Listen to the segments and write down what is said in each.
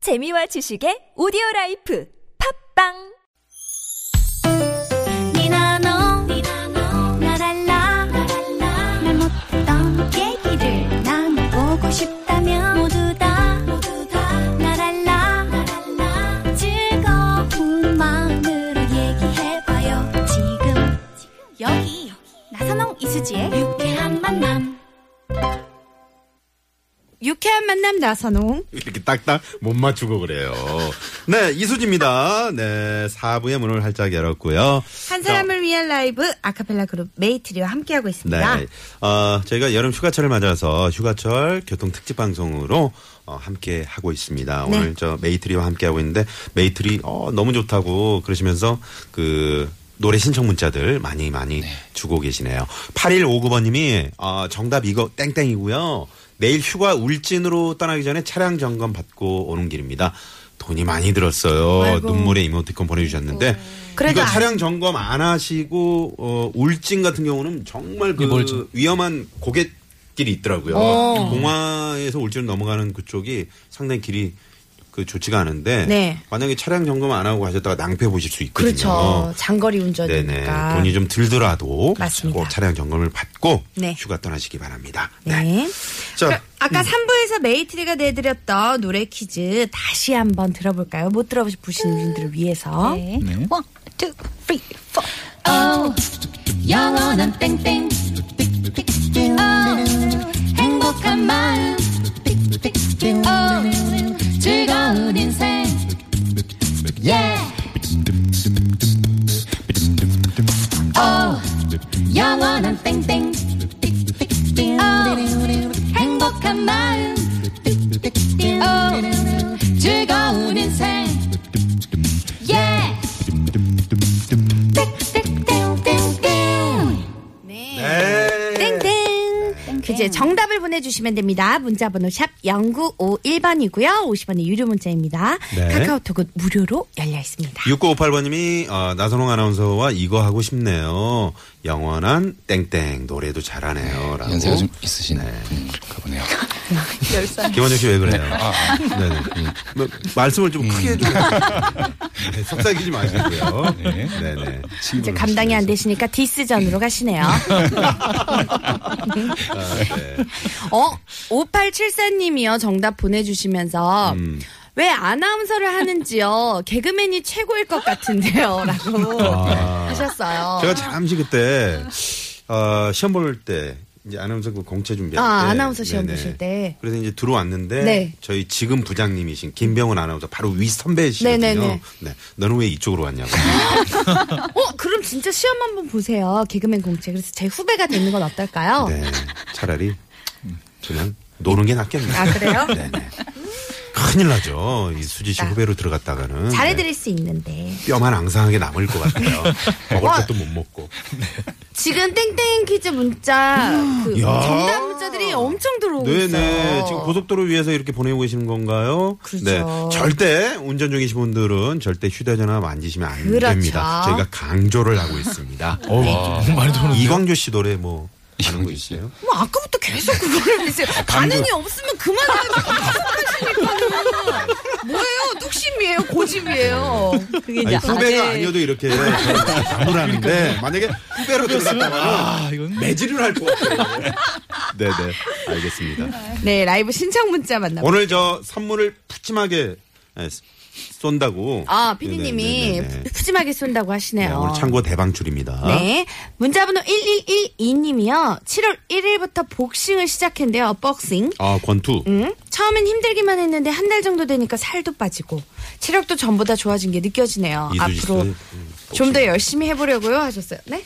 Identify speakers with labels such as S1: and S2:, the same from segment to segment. S1: 재미와 지식의 오디오 라이프 팝빵
S2: 니나노 나랄라 말 못했던 얘기를 나눠보고 싶다면 모두 다 나랄라 즐거운 마음으로 얘기해봐요 지금 여기 나선홍 이수지의 유쾌한 만남
S3: 유쾌한 만남 나선홍.
S4: 이렇게 딱딱 못 맞추고 그래요. 네, 이수지입니다. 네, 4부의 문을 활짝 열었고요.
S3: 한 사람을 위한 라이브 아카펠라 그룹 메이트리와 함께하고
S4: 네,
S3: 있습니다.
S4: 어, 저희가 여름 휴가철을 맞아서 휴가철 교통 특집 방송으로 어, 함께 하고 있습니다.
S3: 네.
S4: 오늘 저 메이트리와 함께 하고 있는데 메이트리 어, 너무 좋다고 그러시면서 그 노래 신청 문자들 많이 많이 주고 계시네요. 8159번님이 어, 정답 이거 땡땡이고요. 내일 휴가 울진으로 떠나기 전에 차량 점검 받고 오는 길입니다. 돈이 많이 들었어요. 눈물의 이모티콘 보내주셨는데
S3: 그래도
S4: 이거
S3: 안-
S4: 차량 점검 안 하시고 어, 울진 같은 경우는 정말 그
S5: 일몰진.
S4: 위험한 고갯길이 있더라고요.
S3: 어.
S4: 공화에서 울진 넘어가는 그쪽이 상당히 길이 그 좋지가 않은데
S3: 네.
S4: 만약에 차량 점검 안 하고 가셨다가 낭패 보실 수 있거든요.
S3: 그렇죠. 장거리
S4: 네네
S3: 운전이니까.
S4: 돈이 좀 들더라도
S3: 맞습니다.
S4: 꼭 차량 점검을 받고
S3: 네.
S4: 휴가 떠나시기 바랍니다.
S3: 네. 그
S4: 자, 음.
S3: 아까 3부에서 메이트리가 내드렸던 노래 퀴즈 다시 한번 들어볼까요? 못 들어보신 분들을 위해서.
S2: One, two, three, four. Oh, 영원한 땡땡. Oh, 행복한 마음. Oh, 즐거운 인생. Yeah. Oh, 영원한 땡땡. Oh, 행복한 마음. Oh, 즐거운 인생. 예. Yeah.
S3: 그,
S4: 네.
S3: 네. 땡땡. 이제 정답을 보내주시면 됩니다. 문자번호 샵 0951번이고요. 50원의 유료 문자입니다.
S4: 네.
S3: 카카오톡은 무료로 열려 있습니다.
S4: 6958번님이 어, 나선홍 아나운서와 이거 하고 싶네요. 영원한 땡땡 노래도 잘하네요. 라고.
S5: 연세가 좀 있으신
S6: 음,
S5: 분인가 보네요.
S4: 김원정 씨 왜 그래요? 네. 네 뭐, 말씀을 좀 크게 해주세요. 네, 속삭이지 마시고요.
S5: 네.
S4: 네. 네.
S3: 이제 감당이 안 되시니까 디스전으로
S4: 아,
S3: 가시네요.
S4: 예.
S3: 어, 5874님이요. 정답 보내주시면서.
S4: 음.
S3: 왜 아나운서를 하는지요? 개그맨이 최고일 것 같은데요. 라고 하셨어요.
S4: 아. 제가 잠시 그때 어, 시험 볼 때 이제 아나운서 그 공채 준비할
S3: 아,
S4: 때
S3: 아나운서 시험
S4: 네네.
S3: 보실 때.
S4: 그래서 이제 들어왔는데
S3: 네.
S4: 저희 지금 부장님이신 김병훈 아나운서 바로 위 선배시거든요.
S3: 네네네.
S4: 네. 너는 왜 이쪽으로 왔냐고.
S3: 어, 그럼 진짜 시험 한번 보세요. 개그맨 공채. 그래서 제 후배가 되는 건 어떨까요?
S4: 네. 차라리 그냥 노는 게 낫겠네.
S3: 아, 그래요?
S4: 네네. 큰일 나죠. 이 수지 씨 후배로 들어갔다가는. 네.
S3: 그러니까. 잘해드릴 수 있는데.
S4: 뼈만 앙상하게 남을 것 같아요. 먹을 것도 못 먹고.
S3: 지금 땡땡 퀴즈 문자, 그
S4: 야.
S3: 정답 문자들이 엄청 들어오고
S4: 네네.
S3: 있어요.
S4: 지금 고속도로 위에서 이렇게 보내고 계시는 건가요? 네.
S3: 그렇죠.
S4: 절대 운전 중이신 분들은 절대 휴대전화 만지시면 안
S3: 그렇죠.
S4: 됩니다. 저희가 강조를 하고 있습니다. 어,
S6: 어,
S5: 너무 많이 도는
S4: 이광조 씨 노래 뭐 하는 거
S5: 이광조 씨.
S4: 있어요?
S3: 뭐 아까부터 계속 그거를 했어요.
S4: 아,
S3: 반응이 없으면 그만하라고 뭐예요? 뚝심이에요? 고집이에요? 그게
S4: 아니, 후배가 아니어도 이렇게 감을 하는데 만약에 후배로 들어갔다가
S5: 아, 이건
S4: 매질을 할 것 같아요. 네네. 알겠습니다.
S3: 네 라이브 신청 문자 만나고
S4: 오늘 저 선물을 푸짐하게 예, 쏜다고.
S3: 아 피디님이
S4: 네, 네네네네.
S3: 푸짐하게 쏜다고
S4: 네,
S3: 하시네요. 어.
S4: 오늘 아. 창고 대방출입니다.
S3: 네. 문자번호 1112님이요. 7월 1일부터 복싱을 시작했는데요. 복싱.
S4: 아 권투.
S3: 응? 처음엔 힘들기만 했는데 한 달 정도 되니까 살도 빠지고 체력도 전보다 좋아진 게 느껴지네요.
S4: 이수지 음, 씨.
S3: 앞으로 좀 더 열심히 해보려고요 하셨어요. 아, 어, 네?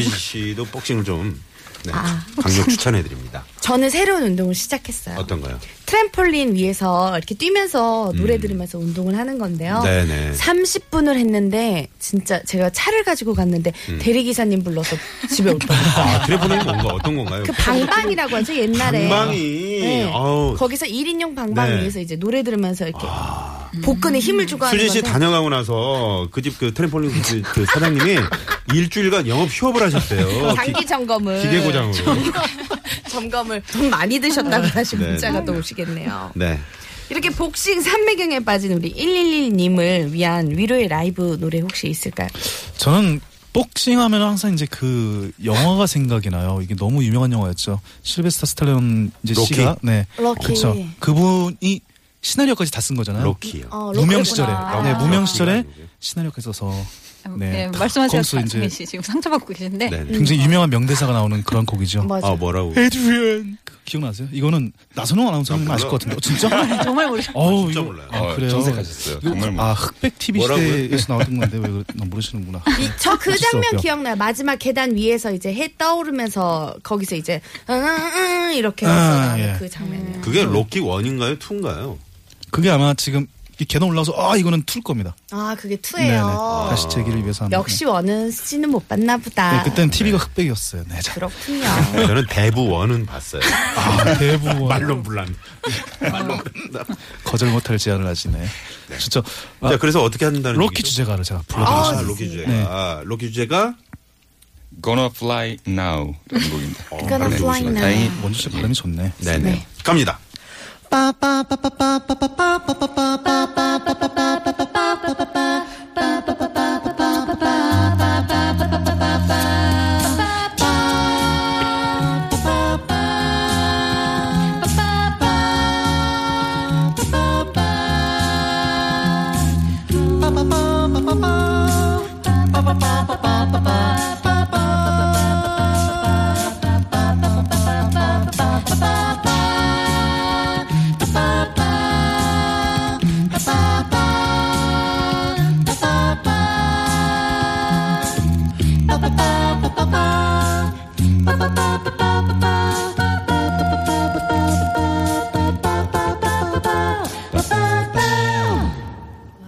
S4: 이수지 씨도 복싱을 좀 네, 강력 추천해드립니다.
S3: 저는 새로운 운동을 시작했어요.
S4: 어떤가요? 음.
S3: 트램폴린 위에서 이렇게 뛰면서 노래 들으면서 운동을 하는 건데요.
S4: 네네.
S3: 30분을 했는데 진짜 제가 차를 가지고 갔는데
S4: 음.
S3: 대리기사님 불러서 집에 올 뻔했어요.
S4: 아 트래블은 뭔가 어떤 건가요?
S3: 그 방방이라고 하죠 옛날에.
S4: 방방이.
S3: 네.
S4: 아우.
S3: 거기서 1인용 방방
S4: 네. 아.
S3: 위에서 이제 노래 들으면서 이렇게 복근에 힘을 주고 하는
S4: 수지 씨
S3: 건데
S4: 다녀가고 나서 그 집 그 트램폴린 그, 그 사장님이 일주일간 영업 휴업을 하셨대요.
S3: 그 장기 점검을
S4: 기계 고장으로.
S3: 점검을 돈 많이 드셨다고 다시
S4: 네,
S3: 문자가
S4: 네.
S3: 또 오시겠네요.
S4: 네.
S7: 이렇게 복싱 삼매경에 빠진 우리 111님을 위한 위로의 라이브 노래 혹시 있을까요?
S6: 저는 복싱 하면 항상 이제 그 영화가 생각이 나요. 이게 너무 유명한 영화였죠. 실베스터 스탈론 이제
S4: 로키?
S6: 씨가 네.
S3: 로키.
S6: 그쵸. 그분이 시나리오까지 다 쓴 거잖아요.
S4: 로키요.
S3: 어,
S6: 무명
S3: 로컬구나.
S6: 시절에. 네,
S4: 아.
S6: 무명 시절에
S4: 로키가 아니고요.
S6: 시나리오까지 써서
S8: 네,
S6: 네.
S8: 말씀하세요.
S6: 거기서
S8: 자-
S6: 이제
S8: 정민 씨 지금 상처받고 계신데
S4: 네. 네.
S6: 굉장히 유명한 명대사가 나오는 그런 곡이죠.
S3: 음, 맞아.
S4: 아 뭐라고?
S3: 네.
S6: 에드리언 기억나세요? 이거는 나선홍 아나운서님
S4: 아,
S6: 아실 것 같은데. 어, 진짜?
S8: 정말 모르.
S6: 어우,
S4: 진짜
S6: 이거-
S4: 몰라요.
S6: 아, 그래요.
S5: 정색하셨어요. 정말 몰라요.
S6: 아, 흑백 TV
S4: 뭐라고요?
S6: 시대에서 나왔던 건데 왜 그래- 나 모르시는구나. 네.
S3: 저 그
S6: 맛있어,
S3: 장면
S6: 뼈.
S3: 기억나요. 마지막 계단 위에서 이제 해 떠오르면서 거기서 이제 응, 응, 응 이렇게
S6: 아,
S3: 나오는
S6: 예.
S3: 그 장면이요.
S4: 그게 로키 원인가요, 투인가요?
S6: 그게 아마 지금 이 계단 올라와서 아 이거는 툴 겁니다.
S3: 아 그게
S6: 네네.
S3: 투예요.
S6: 다시 재기를 위해서 하는.
S3: 어. 역시 아. 원은 씨는 못 봤나
S6: 네,
S3: 보다.
S6: 그때는 TV가 흑백이었어요. 네, 자,
S3: 그렇군요.
S4: 저는 대부 원은 봤어요.
S6: 아, 대부분
S4: 불란.
S6: 거절 못할 제안을 하시네. 진짜 아,
S4: 자, 그래서 어떻게 한다는
S6: 로키
S4: 얘기죠?
S6: 주제가를 제가 불러드렸어요.
S4: 아, 로키 주제가. 아,
S8: 네.
S4: 로키 주제가
S5: Gonna Fly Now라는 곡입니다.
S3: Gonna
S5: 네,
S3: Fly Now.
S5: 다행히
S6: 원주 씨 발음이 좋네.
S4: 네네. 갑니다.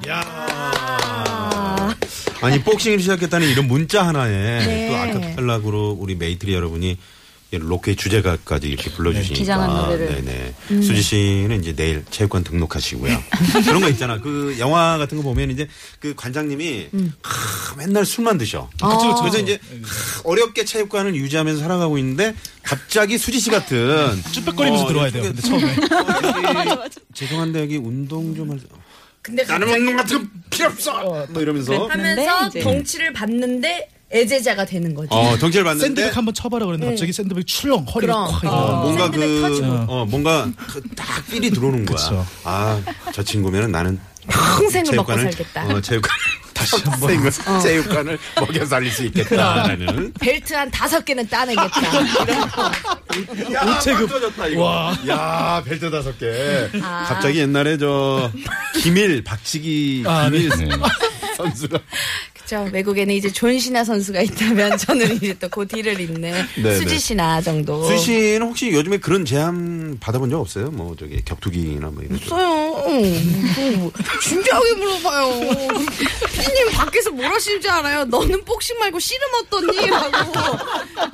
S4: 아. 아니 복싱을 시작했다는 이런 문자 하나에
S8: 네.
S4: 또 아카펠라 그룹 우리 메이트리 여러분이 로켓 주제가까지 이렇게 불러주시니까
S8: 비장한 네, 노래를. 음.
S4: 네네. 수지 씨는 이제 내일 체육관 등록하시고요. 그런 거 있잖아. 그 영화 같은 거 보면 이제 그 관장님이
S8: 음.
S4: 하, 맨날 술만 드셔.
S8: 아.
S4: 그래서 이제 하, 어렵게 체육관을 유지하면서 살아가고 있는데 갑자기 수지 씨 같은
S8: 네.
S6: 쭈뼛거리면서
S4: 어,
S6: 들어와야 돼요.
S4: 이쪽에-
S6: 근데 처음에
S4: 어, 여기- 죄송한데 여기 운동 좀 할. 근데 나는 운동 같은 거 필요 없어. 또 이러면서
S7: 하면서
S8: 이제.
S7: 덩치를 받는데 애제자가 되는 거죠.
S6: 아,
S4: 어 정체를 봤는데
S6: 샌드백 한번 쳐봐라 그랬는데 갑자기 샌드백 출렁 허리가
S7: 그럼.
S6: 콱
S4: 어,
S6: 이렇게.
S4: 뭔가
S3: 샌드백
S4: 그,
S3: 터지고.
S4: 어, 뭔가 그, 딱 필이 들어오는 거야.
S6: 그쵸.
S4: 아, 저 친구면은 나는.
S3: 평생을 먹고
S4: 체육관을,
S3: 살겠다.
S4: 어, 체육관 다시 한번 어. 그러니까. 체육관을 먹여 살릴 수 있겠다. 나는.
S3: 벨트 한 다섯 개는 따내겠다.
S4: 야, 체급 터졌다 이거. 야, 벨트 다섯 개. 아. 갑자기 옛날에 저 김일 박치기
S6: 아,
S4: 김일
S5: 네.
S4: 선수가
S3: 그렇죠. 외국에는 이제 존시나 선수가 있다면 저는 이제 또 그 뒤를 잇는
S4: 네.
S3: 수지 씨나 정도.
S4: 수희 씨는 혹시 요즘에 그런 제안 받아본 적 없어요? 뭐 저기 격투기나 뭐 이런. 쪽.
S3: 없어요. 뭐, 뭐, 진지하게 물어봐요. 피디님 밖에서 뭘 하시는 줄 알아요? 너는 복싱 말고 씨름 어떠니? 라고.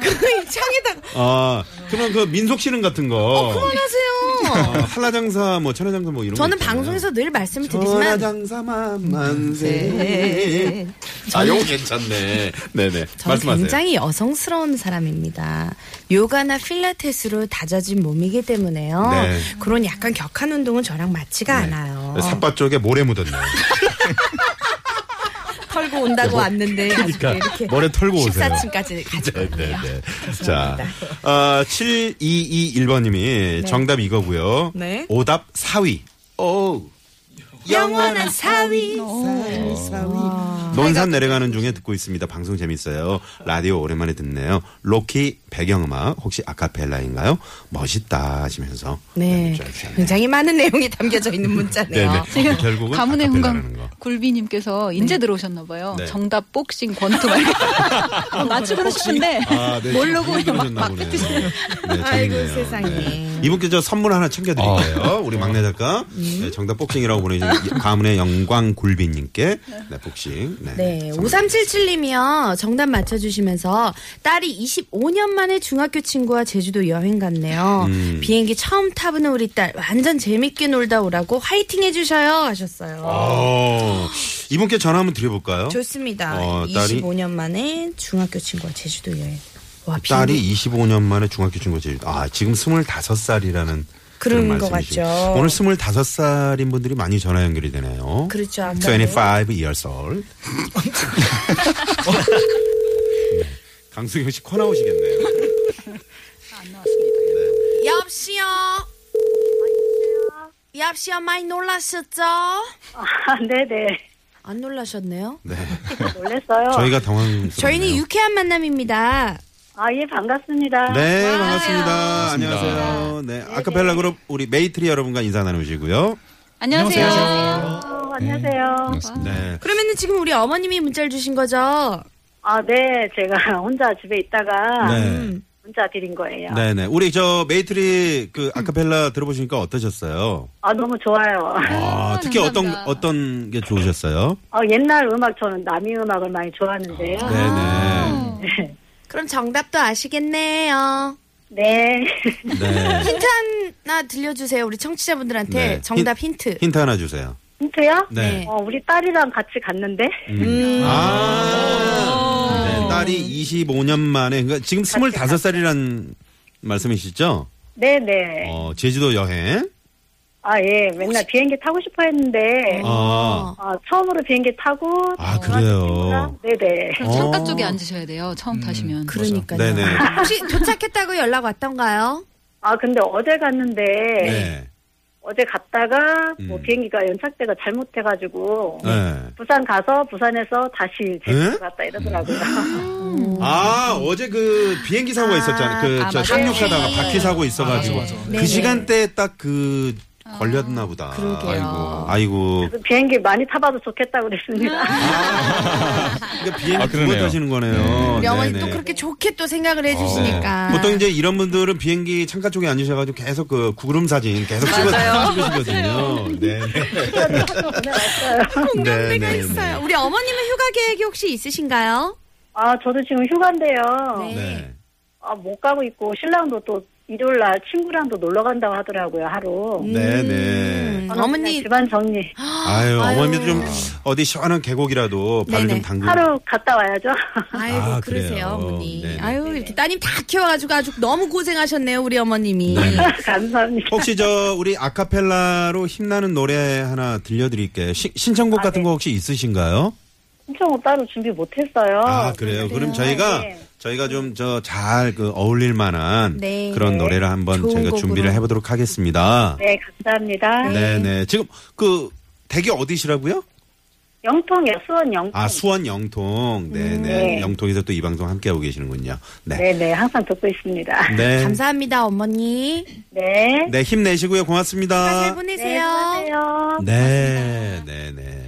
S3: 그 창에다가,
S4: 아, 그럼 그 민속 씨름 같은 거.
S3: 그만하세요.
S4: 아, 한라장사 뭐 천하장사 뭐 이런. 거
S3: 어, 저는
S4: 있잖아요.
S3: 방송에서 늘 말씀을 드리지만,
S4: 전화장사만 만세. 아, 요거 괜찮네. 네네.
S3: 네. 저는
S4: 말씀하세요.
S3: 굉장히 여성스러운 사람입니다. 요가나 필라테스로 다져진 몸이기 때문에요.
S4: 네.
S3: 그런 약간 격한 운동은 저랑 맞지가 않아요.
S4: 삿바 쪽에 모래 묻었네.
S3: 털고 온다고 왔는데
S4: 그러니까
S3: 아직도 이렇게
S4: 머리 털고 오세요.
S3: 14층까지 가지고
S4: 네네. 자, 아, 7221번님이 정답 이거고요
S3: 네.
S4: 오답 4위. 오.
S3: 영원한 사위 아.
S4: 논산 내려가는 중에 듣고 있습니다. 방송 재밌어요. 라디오 오랜만에 듣네요. 로키 배경음악 혹시 아카펠라인가요? 멋있다 하시면서
S3: 네
S4: 문자 주셨네요. 음,
S3: 굉장히 많은 내용이 담겨져 있는
S4: 네네.
S3: 문자네요
S4: 근데 결국은
S8: 가문의
S4: 아카펠라라는
S8: 훈감
S4: 거.
S8: 굴비님께서 인제 들어오셨나 봐요.
S4: 네.
S8: 정답 복싱 권투 말고 맞추고 싶은데
S4: 아, 네.
S8: 모르고
S4: 그게
S8: 막,
S4: 그러셨나
S8: 막
S4: 보네요.
S8: 뱉으시네.
S4: 네,
S3: 아이고,
S4: 재밌네요.
S3: 세상에.
S4: 네. 이분께 저 선물 하나 챙겨드릴 거예요. 우리 막내 작가. 네, 정답 복싱이라고 보내주신 가문의 영광 굴비님께. 네, 복싱. 네.
S3: 네,
S4: 선물.
S3: 5377님이요. 정답 맞춰주시면서 딸이 25년 만에 중학교 친구와 제주도 여행 갔네요. 비행기 처음 타보는 우리 딸 완전 재밌게 놀다 오라고 화이팅 해주셔요 하셨어요.
S4: 어, 이분께 전화 한번 드려볼까요?
S3: 좋습니다.
S4: 어, 딸이-
S3: 25년 만에 중학교 친구와 제주도 여행. 와, 비행기
S4: 딸이 25년 만에 중학교 친구 제일. 아, 지금 25살이라는
S3: 그런
S4: 그런
S3: 것
S4: 말씀이시죠.
S3: 같죠.
S4: 오늘 25살인 분들이 많이 전화 연결이 되네요.
S3: 그렇죠. 아까
S4: 25 years old. 네. 강승현 씨 코 나오시겠네요.
S3: 여보세요. 여보세요. 많이 놀라셨죠?
S9: 아, 네네.
S3: 안 놀라셨네요.
S4: 네.
S9: 놀랬어요.
S4: 저희가 당황스럽네요.
S3: 저희는 유쾌한 만남입니다.
S9: 아, 예, 반갑습니다.
S4: 네, 반갑습니다.
S5: 반갑습니다.
S4: 안녕하세요. 네, 아카펠라 그룹 우리 메이트리 여러분과 인사 나누시고요.
S8: 안녕하세요.
S9: 어, 안녕하세요.
S5: 반갑습니다.
S4: 네.
S3: 그러면은 지금 우리 어머님이 문자를 주신 거죠?
S9: 아, 네. 제가 혼자 집에 있다가
S4: 네.
S9: 문자 드린 거예요.
S4: 네, 네. 우리 저 메이트리 그 아카펠라 들어보시니까 어떠셨어요?
S9: 아, 너무 좋아요.
S4: 아, 특히 어떤 어떤 게 좋으셨어요?
S9: 아, 옛날 음악 저는 남이 음악을 많이
S4: 네,
S9: 좋아하는데요.
S4: 네.
S3: 그럼 정답도 아시겠네요.
S9: 네.
S4: 네.
S3: 힌트 하나 들려주세요. 우리 청취자분들한테
S4: 네.
S3: 정답
S4: 힌-
S3: 힌트.
S4: 힌트 하나 주세요.
S9: 힌트요?
S4: 네. 음.
S9: 어, 우리 딸이랑 같이 갔는데
S4: 아. 네, 딸이 25년 만에 그러니까 지금 25살이란 말씀이시죠?
S9: 네네.
S4: 어, 제주도 여행.
S9: 아, 예. 맨날 비행기 타고 싶어 했는데
S4: 아.
S9: 아, 처음으로 비행기 타고
S4: 아, 그래요.
S9: 네네.
S8: 그럼
S4: 어.
S8: 창가 쪽에 앉으셔야 돼요. 처음 타시면.
S3: 그러니까요.
S4: 네, 네.
S3: 혹시 도착했다고 연락 왔던가요?
S9: 아, 근데 어제 갔는데
S4: 네.
S9: 어제 갔다가 뭐
S4: 음.
S9: 비행기가 연착대가 잘못돼가지고
S4: 네.
S9: 부산 가서 부산에서 다시
S4: 에? 음.
S9: 제주도 갔다 이러더라고요.
S4: 아, 어제 그 비행기 사고가 있었잖아요. 그,
S8: 아,
S4: 저,
S8: 맞아요.
S4: 착륙하다가
S8: 네.
S4: 바퀴 사고 있어가지고.
S6: 맞아, 맞아.
S4: 그 시간대에 딱 그 걸렸나 보다.
S5: 아이고.
S4: 아이고.
S9: 그래서 비행기 많이 타봐도 좋겠다고
S3: 아.
S9: 그랬습니다.
S4: 그러니까 비행기
S5: 아,
S4: 두번
S5: 그러네요.
S4: 타시는 거네요.
S3: 우리 어머니
S4: 네네.
S3: 또 그렇게 좋게 또 생각을
S4: 네.
S3: 해주시니까.
S4: 보통 이제 이런 분들은 비행기 창가 쪽에 앉으셔가지고 계속 그 구름 사진 계속 찍어 찍으시거든요. 네. 네,
S3: 공감대가
S4: 네,
S3: 있어요. 우리 어머님은 휴가 계획이 혹시 있으신가요?
S9: 아, 저도 지금 휴가인데요.
S3: 네.
S4: 네.
S9: 아, 못 가고 있고 신랑도 또 일요일 날 친구랑 또 놀러 간다고 하더라고요, 하루.
S4: 네, 네.
S9: 저는 그냥
S3: 음, 어머니
S9: 집안 정리.
S4: 아유, 어머니도 좀 어디 시원한 계곡이라도 발을
S3: 네네.
S4: 좀 담그고.
S9: 하루 갔다 와야죠.
S3: 아이고
S4: 아, 그래요.
S3: 그러세요 어머니.
S4: 네네.
S3: 아유 이렇게 따님 다 키워가지고 아주 너무 고생하셨네요 우리 어머님이.
S9: 감사합니다.
S4: 혹시 저 우리 아카펠라로 힘나는 노래 하나 들려드릴게요. 시- 신청곡 같은 거 혹시 있으신가요?
S9: 신청은 따로 준비 못했어요.
S4: 아 그래요. 그럼 저희가
S9: 네.
S4: 저희가 좀 저 잘 그 어울릴 만한
S3: 네.
S4: 그런 노래를 한번
S3: 좋은
S4: 저희가
S3: 곡으로.
S4: 준비를 해보도록 하겠습니다.
S9: 네, 감사합니다.
S4: 네네. 지금 그 대기 어디시라고요?
S9: 영통이요, 수원 영통.
S3: 네.
S4: 아 수원 영통.
S3: 음,
S4: 네네.
S9: 네.
S4: 영통에서 또 이 방송 함께 하고 계시는군요. 네.
S9: 네네, 항상 듣고 있습니다.
S4: 네.
S3: 감사합니다 어머니.
S9: 네.
S4: 네 힘내시고요.
S3: 잘
S4: 아, 네, 고맙습니다.
S3: 보내세요.
S9: 안녕하세요.
S4: 네. 네네.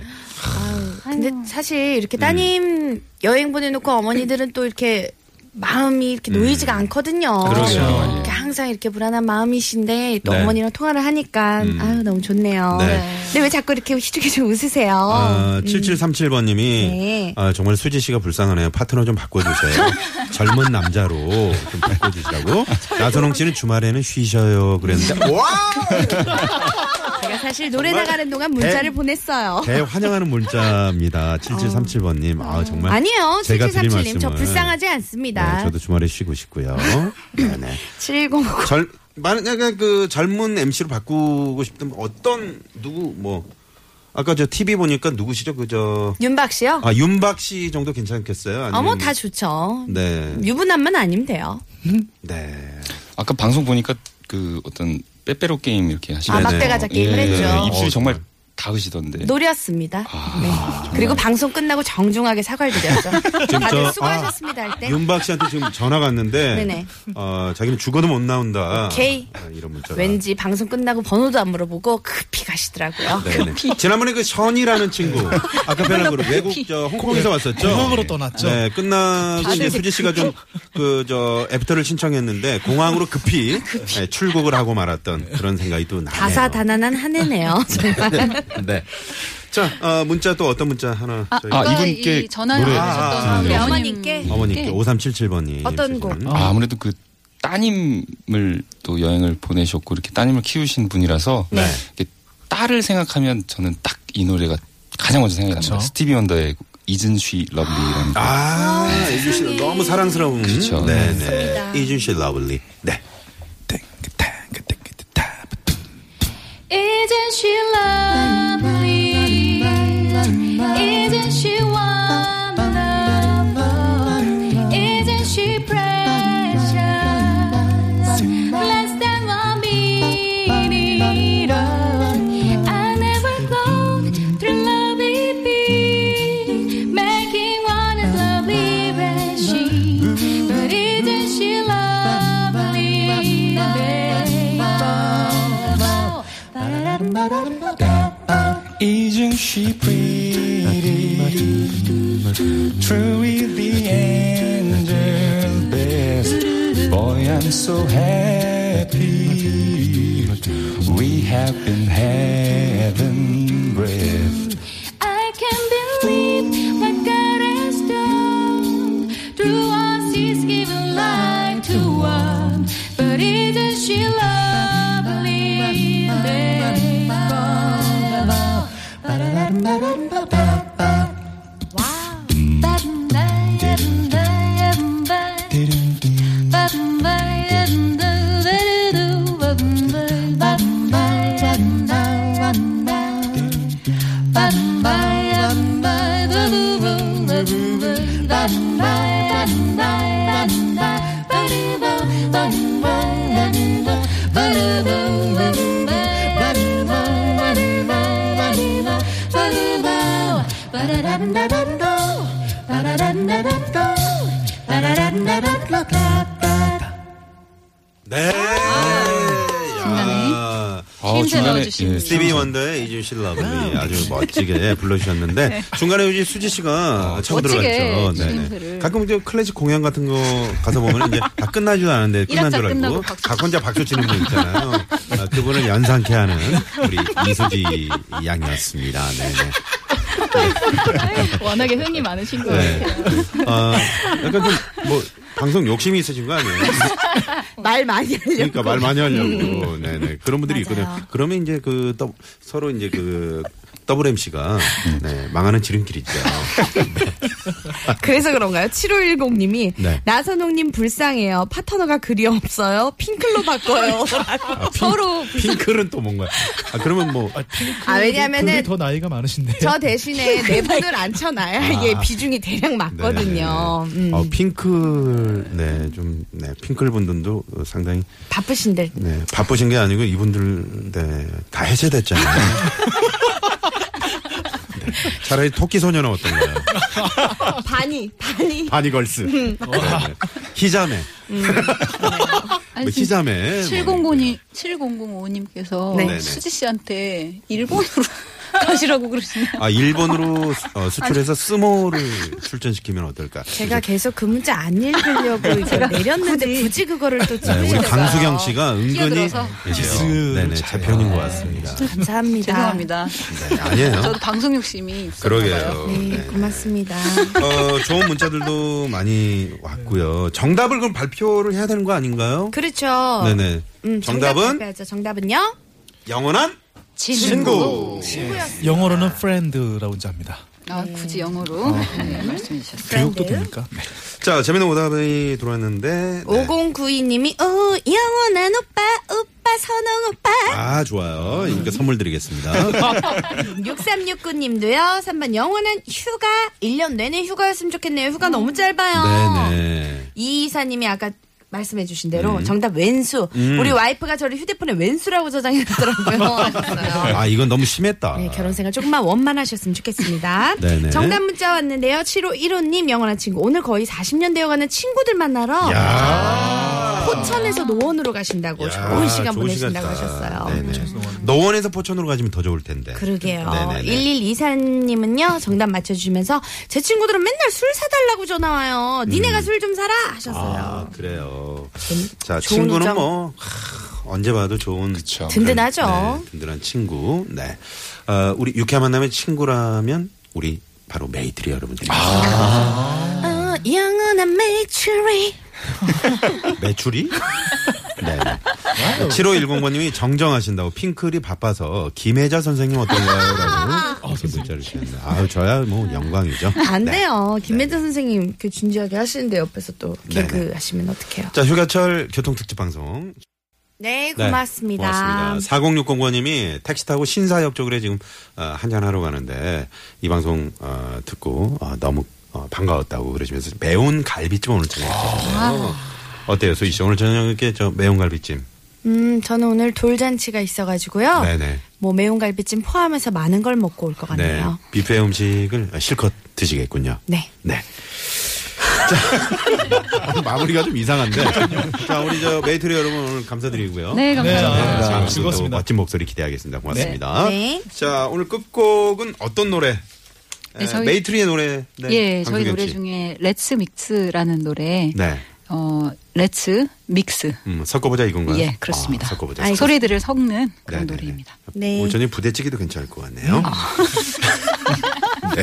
S3: 근데 사실 이렇게 따님
S4: 네.
S3: 여행 보내놓고 어머니들은 또 이렇게 마음이 이렇게 놓이지가 않거든요.
S4: 네. 그러게요.
S3: 이렇게 항상 이렇게 불안한 마음이신데 또
S4: 네. 음.
S3: 어머니랑 통화를 하니까 아유 너무 좋네요.
S4: 네.
S3: 근데 왜 자꾸 이렇게 희죽희죽 웃으세요?
S4: 아, 7737번님이
S3: 어, 음. 네.
S4: 아, 정말 수지 씨가 불쌍하네요. 파트너 좀 바꿔주세요. 젊은 남자로 좀 바꿔주시라고. 나선홍 씨는 주말에는 쉬셔요. 그랬는데 와
S3: 제가 사실 노래 나가는 동안 문자를 보냈어요.
S4: 대환영하는 문자입니다. 7737번님. 아 정말
S3: 어. 아니에요.
S4: 제가 드릴
S3: 7737님 저
S4: 말씀은-
S3: 불쌍하지
S4: 네,
S3: 않습니다.
S4: 저도 주말에 쉬고 싶고요. 네네.
S3: 7059
S4: 젊 만약에 그 젊은 MC로 바꾸고 싶다면 어떤 누구 뭐 아까 저 TV 보니까 누구시죠? 그저
S3: 윤박 씨요?
S4: 아 윤박 씨 정도 괜찮겠어요? 아니면-
S3: 어머 다 좋죠.
S4: 네.
S3: 유부남만 아니면 돼요.
S4: 네.
S5: 아까 방송 보니까 그 어떤 빼빼로 게임 이렇게 하시는
S3: 아,
S4: 네네.
S3: 막대가자 게임을 했죠.
S5: 예. 입술이
S4: 어,
S5: 정말
S4: 예.
S5: 닿으시던데.
S3: 노렸습니다.
S4: 아,
S3: 네. 그리고 방송 끝나고 정중하게 사과를 드렸죠. 다들
S4: 저- 아,
S3: 수고하셨습니다 할 때.
S4: 윤박 씨한테 지금 전화가 왔는데
S3: 네. 네네.
S4: 어, 자기는 죽어도 못 나온다.
S3: 오케이.
S4: 아, 이런 문자가.
S3: 왠지 방송 끝나고 번호도 안 물어보고 급히 가시더라고요.
S4: 네네. 지난번에 그 션이라는 친구 아카펠라 그룹 외국 저 홍콩에서 왔었죠.
S6: 공항으로 떠났죠.
S4: 네, 끝나고 이제 수지 씨가 좀 그 저 애프터를 신청했는데 공항으로 급히, 네, 출국을 하고 말았던 그런 생각이 또 나네요.
S3: 아, 다사다난한 한 해네요. 정말.
S4: 네. 자, 어, 문자 또 어떤 문자 하나 저희가
S5: 아,
S8: 아까
S5: 이분께
S8: 이 전화를
S4: 노래.
S8: 받으셨던
S4: 아, 아,
S8: 우리
S4: 아.
S8: 어머님께
S4: 어머니께 5377번이
S3: 어떤 곡?
S5: 아, 아무래도 그 따님을 또 여행을 보내셨고 이렇게 따님을 키우신 분이라서
S4: 네.
S5: 이렇게 딸을 생각하면 저는 딱 이 노래가 가장 먼저 생각이 납니다. 스티비 원더의 이즌 쉬 러블리라는 곡.
S4: 아, 이준 씨 너무 사랑스러운.
S5: 그렇죠.
S4: 네, 네. 이준 씨 러블리. 네.
S6: 땡그땡그땡그땡
S2: she lovely? Isn't she wonderful? Isn't she precious? Less than a minute. I never thought through love it be making one as lovely as she. But isn't she lovely, 네. babe?
S5: Isn't she pretty? Truly the angel best. Boy, I'm so happy. We have been having breath.
S2: I can believe what God has done. Through us, He's given life to one. But isn't she lovely, babe?
S4: 네.
S8: 아, 중간에.
S4: 야.
S8: 힌트 넣어주시면
S4: 스티비 원더의 이준 실러블리
S8: 네.
S4: 아주 멋지게 불러주셨는데 중간에 이제 수지 씨가 차고
S8: 멋지게
S4: 들어갔죠.
S8: 지금
S4: 네네.
S8: 글을.
S4: 가끔 이제 클래식 공연 같은 거 가서 보면 이제 다 끝나지도 않았는데 끝난
S8: 일학자
S4: 줄 알고
S8: 끝나고 박수
S4: 각 혼자 박수 치는 분 있잖아요. 아, 그분을 연상케 하는 우리 이수지 양이었습니다. 네네.
S8: 워낙에 흥이 많으신 거예요.
S4: 네. 아, 약간 좀 뭐 방송 욕심이 있으신 거 아니에요?
S10: 말 많이 하려고.
S4: 그러니까 말 많이 하려고. 네네. 그런 분들이 있거든요. 그러면 이제 그 더, 서로 이제 그 더블 MC가 네, 망하는 지름길이죠.
S3: 그래서 그런가요? 7510님이
S4: 네.
S3: 나선홍님 불쌍해요. 파트너가 그리 없어요. 핑클로 바꿔요.
S4: 아,
S3: 서로
S4: 네. 핑클은 또 뭔가. 아, 그러면 뭐
S3: 아
S6: 그분이
S3: 왜냐면은
S6: 더 나이가 많으신데.
S3: 저 대신에 네 분을 앉혀놔야 이게 비중이 대략 맞거든요.
S4: 아. 네, 네, 네.
S3: 음,
S4: 어, 핑클 네, 좀 네, 핑클 분들도 어, 상당히
S3: 바쁘신데
S4: 네, 바쁘신 게 아니고 이분들 네, 다 해체됐잖아요. 네, 차라리 토끼 소녀는 어떤가요?
S3: 반이 반이
S4: 바니걸스. 네, 네. 히자메.
S8: 아니,
S4: 뭐
S8: 진짜
S4: 히자메.
S8: 7005님, 7005님께서
S4: 네.
S8: 수지 씨한테 일본으로 가시라고 그러시네요.
S4: 아 일본으로 수- 어, 수출해서 스모를 출전시키면 어떨까?
S3: 제가 계속 그 문자 안 읽으려고 이제 내렸는데 굳이 그거를 또
S4: 네, 우리
S3: 찍으셨어요.
S4: 강수경 씨가 은근히
S8: 끼어들어서.
S4: 네, 네네 제 편인 것 같습니다.
S3: 감사합니다.
S8: 죄송합니다.
S4: 네, 아니에요.
S8: 저도 방송 욕심이 있었나 봐요.
S4: 그러게요.
S3: 네, 고맙습니다.
S4: 어, 좋은 문자들도 많이 왔고요. 정답을 그럼 발표를 해야 되는 거 아닌가요?
S3: 그렇죠.
S4: 네네.
S3: 음,
S4: 정답은
S3: 발표하죠. 정답은요?
S4: 영원한 친구.
S6: 네. 영어로는 friend라고 이제 합니다.
S8: 아, 굳이 영어로 네, 말씀해 주셨어요.
S6: 교육도 됩니까? 네.
S4: 자 재밌는 오답이 들어왔는데. 네.
S3: 5092님이 오 영원한 오빠 오빠 선홍 오빠
S4: 아 좋아요. 그러니까 선물 드리겠습니다.
S3: 6369님도요 3번 영원한 휴가 1년 내내 휴가였으면 좋겠네요 휴가 너무 짧아요
S4: 네네.
S3: 이 이사님이 아까 말씀해 주신 대로 정답 왼수 우리 와이프가 저를 휴대폰에 왼수라고 저장해 놨더라고요
S4: 아 이건 너무 심했다.
S3: 네, 결혼 생활 조금만 원만하셨으면 좋겠습니다.
S4: 네네.
S3: 정답 문자 왔는데요. 7515님, 영원한 친구. 오늘 거의 40년 되어가는 친구들 만나러
S4: 야.
S3: 포천에서 노원으로 가신다고
S4: 야,
S3: 좋은 시간
S4: 아, 좋은
S3: 보내신다고
S4: 시간이다.
S3: 하셨어요.
S4: 네네. 노원에서 포천으로 가시면 더 좋을 텐데.
S3: 그러게요.
S4: 네네네.
S3: 1124님은요, 정답 맞춰주시면서, 제 친구들은 맨날 술 사달라고 전화와요. 니네가 술 좀 사라! 하셨어요.
S4: 음. 아, 그래요.
S3: 음,
S4: 자,
S3: 좋은
S4: 친구는
S3: 우정.
S4: 뭐 하, 언제 봐도 좋은
S5: 그쵸.
S3: 든든하죠.
S4: 그런, 네, 든든한 친구. 네. 어, 우리 육회 만남의 친구라면 우리 바로 메이트리 여러분들. 아.
S3: 어, 영원한 메이트리.
S4: 메추리? 네. 7510번님이 정정하신다고 핑클이 바빠서 김혜자 선생님 어떤가요? 라고 이렇게 문자를 주셨는데. 아유, 저야 뭐 영광이죠.
S3: 아, 안
S4: 네.
S3: 돼요. 김혜자 선생님, 그 진지하게 하시는데 옆에서 또 개그
S4: 네네.
S3: 하시면 어떡해요.
S4: 자, 휴가철 교통특집 방송
S3: 네, 고맙습니다.
S4: 고맙습니다. 4060번님이 택시 타고 신사역 쪽으로 지금 어, 한잔하러 가는데 이 방송 어, 듣고 어, 너무 어, 반가웠다고 그러시면서 매운 갈비찜 오늘 저녁에
S3: 아.
S4: 드셨네요. 어때요, 소희 씨? 오늘 저녁에 저 매운 갈비찜.
S3: 음, 저는 오늘 돌잔치가 있어가지고요.
S4: 네네.
S3: 뭐 매운 갈비찜 포함해서 많은 걸 먹고 올 것
S4: 네.
S3: 같네요.
S4: 뷔페 음식을 실컷 드시겠군요.
S3: 네.
S4: 네. 자, 오늘 마무리가 좀 이상한데. 자, 우리 저 메이트리 여러분 오늘 감사드리고요.
S6: 네, 감사합니다.
S11: 아,
S4: 다음 주도
S11: 즐거웠습니다.
S4: 멋진 목소리 기대하겠습니다. 고맙습니다.
S3: 네.
S4: 자, 오늘 끝곡은 어떤 노래?
S6: 네,
S4: 에,
S6: 저희-
S4: 메이트리의 노래. 네,
S6: 예, 저희
S4: 강수경
S6: 노래
S4: 씨.
S6: 중에 렛츠 믹스라는 노래.
S4: 네.
S6: 어, 렛츠 믹스.
S4: 음, 섞어보자 이건가요?
S6: 예, 그렇습니다.
S4: 아, 섞어보자.
S6: 아이고. 소리들을 섞는
S4: 네, 네,
S6: 그런
S4: 네.
S6: 노래입니다. 음.
S3: 네.
S4: 오늘 저녁 부대찌개도 괜찮을 것 같네요. 네.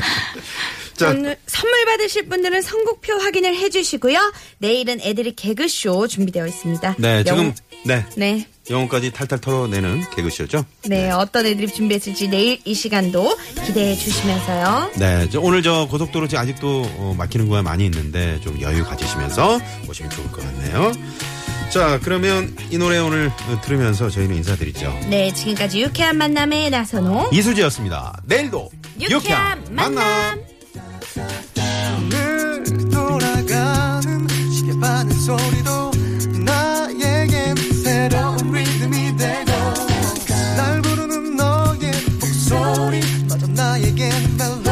S4: 자,
S3: 오늘 선물 받으실 분들은 선곡표 확인을 해주시고요. 내일은 애들이 개그쇼 준비되어 있습니다.
S4: 네, 지금
S3: 영-
S4: 네
S3: 네.
S4: 영혼까지 탈탈 털어내는 개그쇼죠.
S3: 네, 어떤 애들이 준비했을지 내일 이 시간도 기대해 주시면서요.
S4: 네, 저 오늘 저 고속도로 지금 아직도 어, 막히는 구간 많이 있는데 좀 여유 가지시면서 오시면 좋을 것 같네요. 자, 그러면 이 노래 오늘 어, 들으면서 저희는 인사드리죠.
S3: 네, 지금까지 유쾌한 만남의 나선홍.
S4: 이수지였습니다. 내일도
S3: 유쾌한 만남.
S8: 늘 돌아가는 시계 반는 소리도 나에겐 새로운 리듬이 되고 날 부르는 너의 목소리 마저 나에겐 멜로 음, 음.